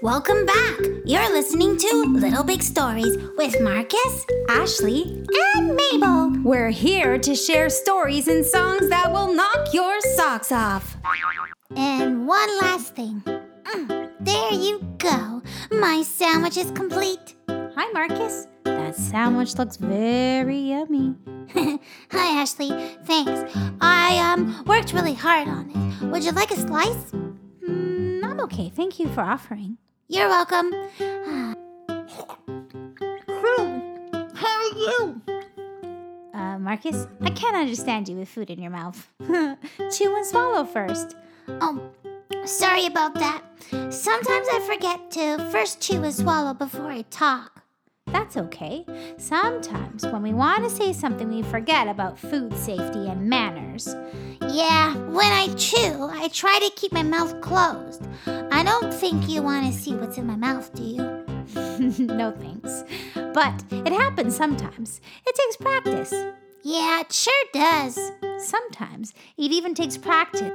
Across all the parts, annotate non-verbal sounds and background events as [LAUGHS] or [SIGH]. Welcome back. You're listening to Little Big Stories with Marcus, Ashley, and Mabel. We're here to share stories and songs that will knock your socks off. And one last thing. Mm, there you go. My sandwich is complete. Hi, Marcus. That sandwich looks very yummy. Hi, Ashley. Thanks. I um worked really hard on it. Would you like a slice? Mm, I'm okay. Thank you for offering. You're welcome. [SIGHS] How are you? Uh, Marcus, I can't understand you with food in your mouth. [LAUGHS] Chew and swallow first. Oh, sorry about that. Sometimes I forget to first chew and swallow before I talk. That's okay. Sometimes when we want to say something, we forget about food safety and manners. [LAUGHS] Yeah, when I chew, I try to keep my mouth closed. I don't think you want to see what's in my mouth, do you? no thanks. But it happens sometimes. It takes practice. Yeah, it sure does. Sometimes it even takes practice.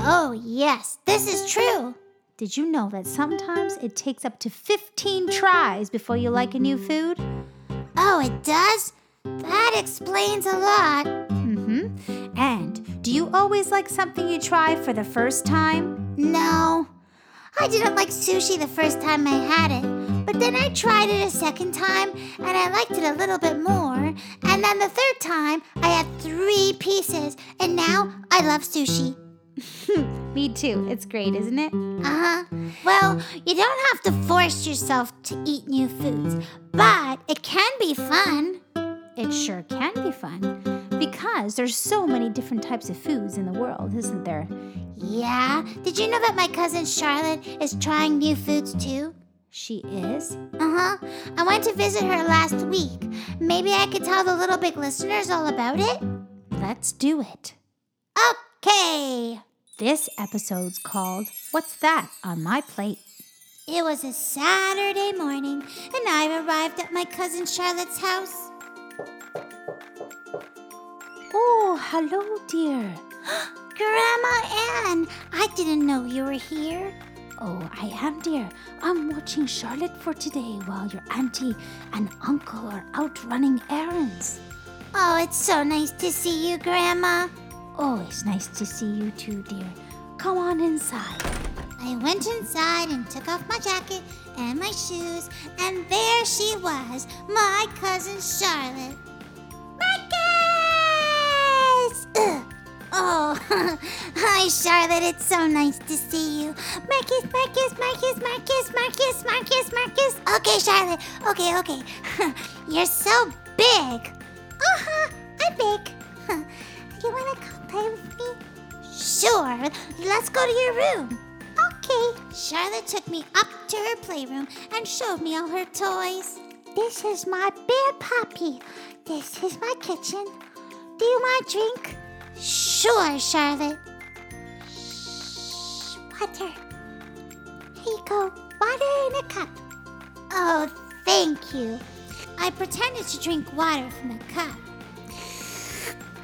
Oh, yes, this is true. Did you know that sometimes it takes up to 15 tries before you like a new food? Oh, it does? That explains a lot. Mm-hmm. And do you always like something you try for the first time? No. I didn't like sushi the first time I had it, but then I tried it a second time and I liked it a little bit more. And then the third time, I had three pieces, and now I love sushi. Me too. It's great, isn't it? Uh huh. Well, you don't have to force yourself to eat new foods, but it can be fun. It sure can be fun. Because there's so many different types of foods in the world, isn't there? Yeah. Did you know that my cousin Charlotte is trying new foods too? She is? Uh huh. I went to visit her last week. Maybe I could tell the little big listeners all about it? Let's do it. Okay. This episode's called What's That on My Plate? It was a Saturday morning, and I arrived at my cousin Charlotte's house. Oh, hello, dear. Grandma Anne, I didn't know you were here. Oh, I am, dear. I'm watching Charlotte for today while your auntie and uncle are out running errands. Oh, it's so nice to see you, Grandma. Oh, it's nice to see you too, dear. Come on inside. I went inside and took off my jacket and my shoes, and there she was, my cousin Charlotte. Marcus! Ugh. [CLEARS THROAT] Oh, [LAUGHS] hi, Charlotte. It's so nice to see you. Marcus, Marcus, Marcus, Marcus, Marcus, Marcus, Marcus. Okay, Charlotte. Okay, okay. [LAUGHS] You're so big. Uh huh. I'm big. [LAUGHS] Huh. You wanna come play with me? Sure. Let's go to your room. Okay. Charlotte took me up to her playroom and showed me all her toys. This is my bear puppy. This is my kitchen. Do you want a drink? Sure, Charlotte. Shh, water. Here you go. Water in a cup. Oh, thank you. I pretended to drink water from a cup.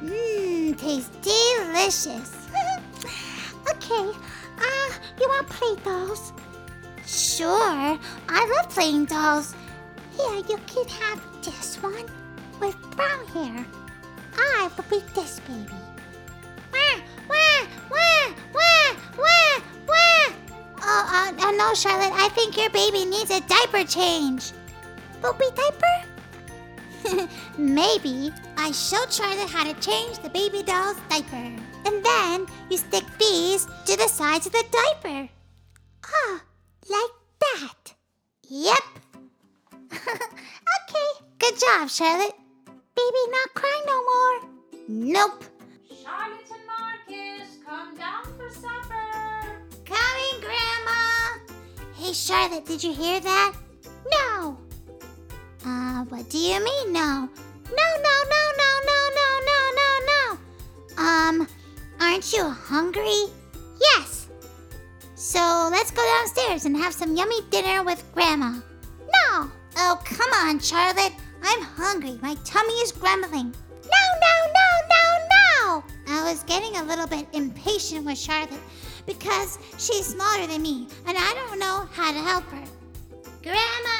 Mmm, tastes delicious. [LAUGHS] okay, uh, you want to play dolls? Sure, I love playing dolls. Here, you can have this one with brown hair. I will be this baby. Wah, wah, wah, wah, wah, wah. Oh, uh, no, no, Charlotte, I think your baby needs a diaper change. Poopy diaper? [LAUGHS] Maybe I showed Charlotte how to change the baby doll's diaper. And then you stick these to the sides of the diaper. Ah, like that. Yep. [LAUGHS] okay, good job, Charlotte. Baby, not cry no more. Nope. Charlotte and Marcus, come down for supper. Coming, Grandma. Hey, Charlotte, did you hear that? No. Uh, what do you mean, no? No, no, no, no, no, no, no, no, no. Um, aren't you hungry? Yes. So let's go downstairs and have some yummy dinner with Grandma. No. Oh, come on, Charlotte. I'm hungry. My tummy is grumbling. No, no, no, no, no. I was getting a little bit impatient with Charlotte because she's smaller than me and I don't know how to help her. Grandma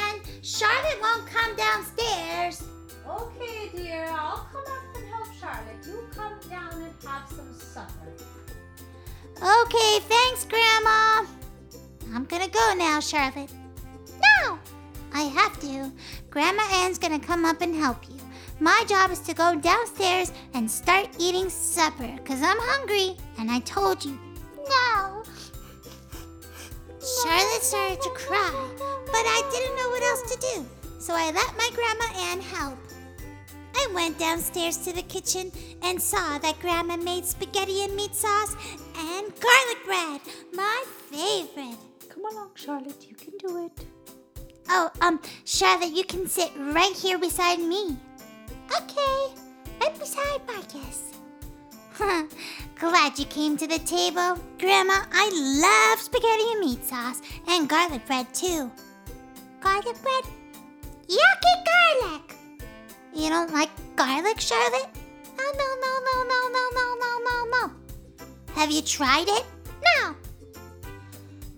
Ann, Charlotte won't come downstairs. Okay, dear, I'll come up and help Charlotte. You come down and have some supper. Okay, thanks, Grandma. I'm gonna go now, Charlotte. No! I have to. Grandma Ann's gonna come up and help you. My job is to go downstairs and start eating supper, because I'm hungry, and I told you. No! Charlotte started to cry, but I didn't know what else to do, so I let my Grandma Ann help. I went downstairs to the kitchen and saw that Grandma made spaghetti and meat sauce and garlic bread, my favorite. Come along, Charlotte, you can do it. Oh, um, Charlotte, you can sit right here beside me. Okay, right beside Marcus. Huh, glad you came to the table. Grandma, I love spaghetti and meat sauce and garlic bread too. Garlic bread? Yucky garlic! You don't like garlic, Charlotte? No, Oh, no, no, no, no, no, no, no, no, no. Have you tried it? No.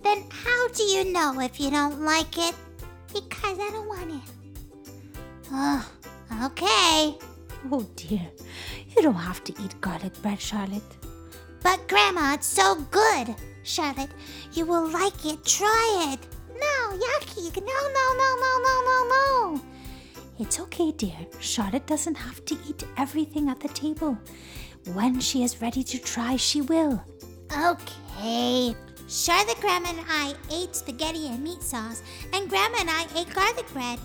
Then how do you know if you don't like it? Because I don't want it. Ugh, okay. Oh dear, you don't have to eat garlic bread, Charlotte. But Grandma, it's so good. Charlotte, you will like it. Try it. No, yucky. No, no, no, no, no, no, no. It's okay, dear. Charlotte doesn't have to eat everything at the table. When she is ready to try, she will. Okay. Charlotte, Grandma, and I ate spaghetti and meat sauce, and Grandma and I ate garlic bread.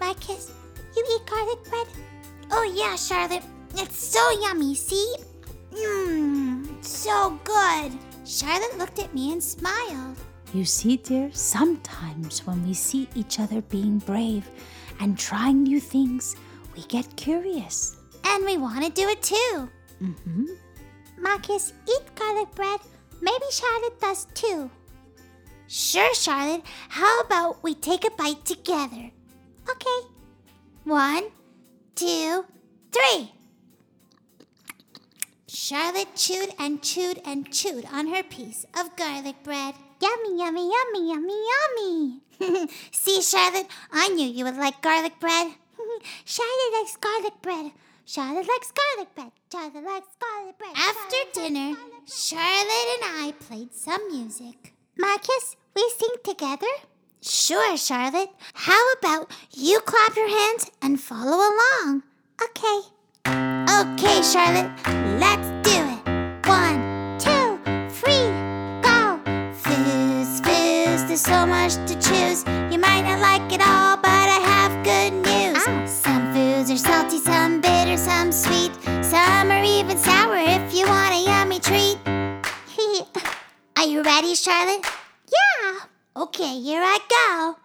Marcus, you eat garlic bread? Oh, yeah, Charlotte. It's so yummy, see? Mmm, so good. Charlotte looked at me and smiled. You see, dear, sometimes when we see each other being brave and trying new things, we get curious. And we want to do it too. Mm-hmm. Marcus, eat garlic bread. Maybe Charlotte does too. Sure, Charlotte. How about we take a bite together? Okay. One, two, three. Charlotte chewed and chewed and chewed on her piece of garlic bread. Yummy, yummy, yummy, yummy, yummy. [LAUGHS] See, Charlotte, I knew you would like garlic bread. [LAUGHS] Charlotte likes garlic bread. Charlotte likes garlic bread. Charlotte likes garlic bread. After dinner, Charlotte and I played some music. Marcus, we sing together? Sure, Charlotte. How about you clap your hands and follow along? Okay. Okay, Charlotte, let's do it. One, two, three, go. Fizz, fizz, there's so much to choose. You might not like it all, but I have good news. Some foods are salty, some bitter, some sweet. Some are even sour if you want a yummy treat. [LAUGHS] Are you ready, Charlotte? Yeah. Okay, here I go.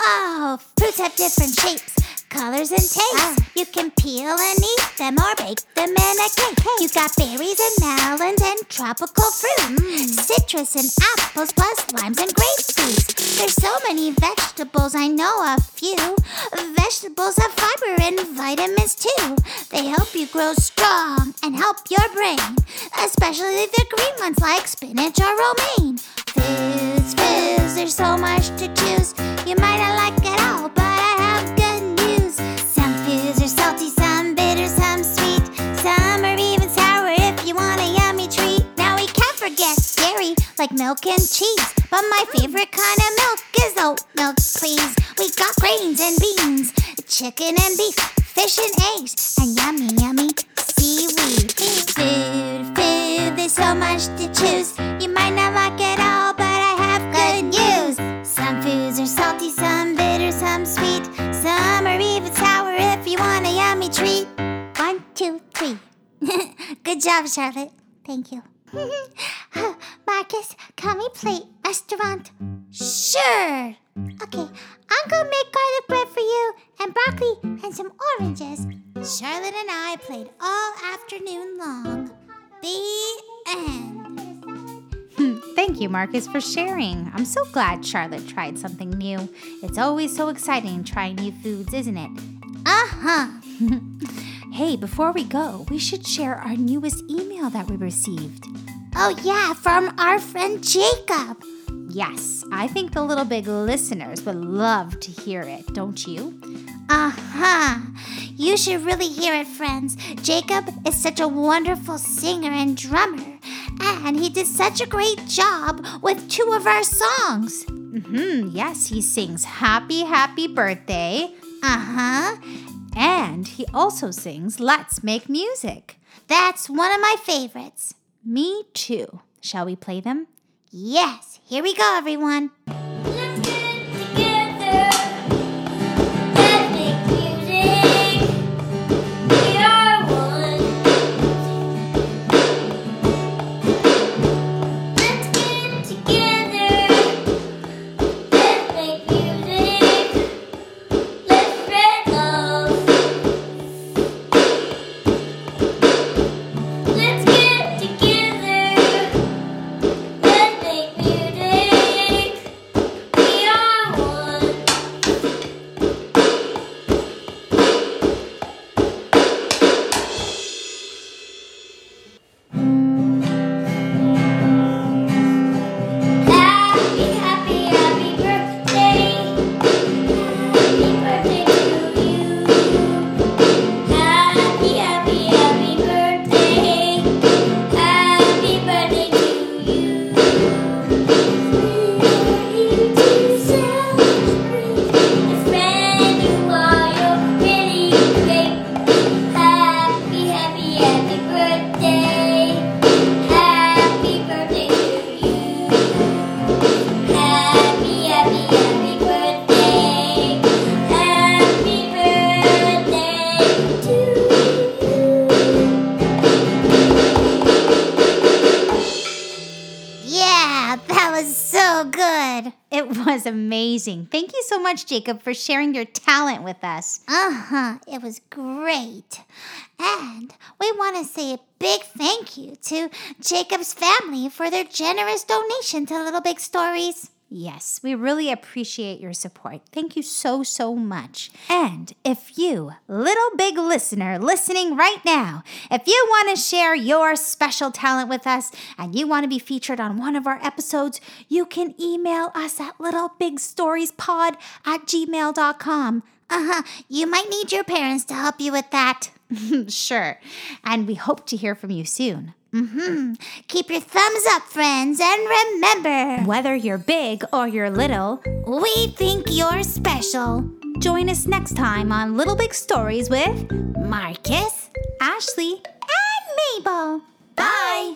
Oh, fruits have different shapes, colors, and tastes. You can peel and eat them or bake them in a cake. You got berries and melons and tropical fruit, citrus and apples, plus limes and grapefruits. There's so many vegetables, I know a few. Vegetables have fiber and vitamins too. They help you grow strong and help your brain, especially the green ones like spinach or romaine. Fizz, fizz, there's so much to choose. You might not like it all, but I have good news. Some fizz are salty, some bitter, some sweet. Some are even sour if you want a yummy treat. Now we can't forget dairy, like milk and cheese. But my favorite kind of milk is oat milk, please. We got grains and beans, chicken and beef, fish and eggs, and yummy, yummy seaweed. Food, food, there's so much to choose. You might not like it all, but I have good news. Some foods are salty, some bitter, some sweet. Some are even sour if you want a yummy treat. One, two, three. [LAUGHS] good job, Charlotte. Thank you. [LAUGHS] Marcus, can we play restaurant? Sure. Okay, I'm gonna make garlic bread for you and broccoli and some oranges. Charlotte and I played all afternoon long. The end. Hmm, Thank you, Marcus, for sharing. I'm so glad Charlotte tried something new. It's always so exciting trying new foods, isn't it? Uh huh. Hey, before we go, we should share our newest email that we received. Oh, yeah, from our friend Jacob. Yes, I think the little big listeners would love to hear it, don't you? Uh huh. You should really hear it, friends. Jacob is such a wonderful singer and drummer, and he did such a great job with two of our songs. Hmm, yes, he sings Happy, Happy Birthday, Uh huh. and he also sings Let's Make Music. That's one of my favorites. Me too. Shall we play them? Yes, here we go, everyone. Let's get it together. Let's make music. We are one. Let's get it together. Let's make music. Let's spread love. Let's get it together. Let's make music. We are one. Happy, happy, happy birthday. Happy birthday to you. Happy, happy, happy birthday. Happy birthday to you. Happy, happy, happy birthday. Happy birthday to you. Happy, happy, happy birthday. Happy birthday to you. Yeah, that was so good. It [LAUGHS] was amazing. Thank you so much, Jacob, for sharing your talent with us. Uh huh. It was great. And we want to say a big thank you to Jacob's family for their generous donation to Little Big Stories. Yes, we really appreciate your support. Thank you so, so much. And if you, little big listener listening right now, if you want to share your special talent with us and you want to be featured on one of our episodes, you can email us at littlebigsstoriespod at gmail.com. Uh huh. Uh-huh, You might need your parents to help you with that. [LAUGHS] sure. And we hope to hear from you soon. Keep your thumbs up, friends, and remember, Whether you're big or you're little, we think you're special. join us next time on Little Big Stories with Marcus Ashley. and Mabel. Bye.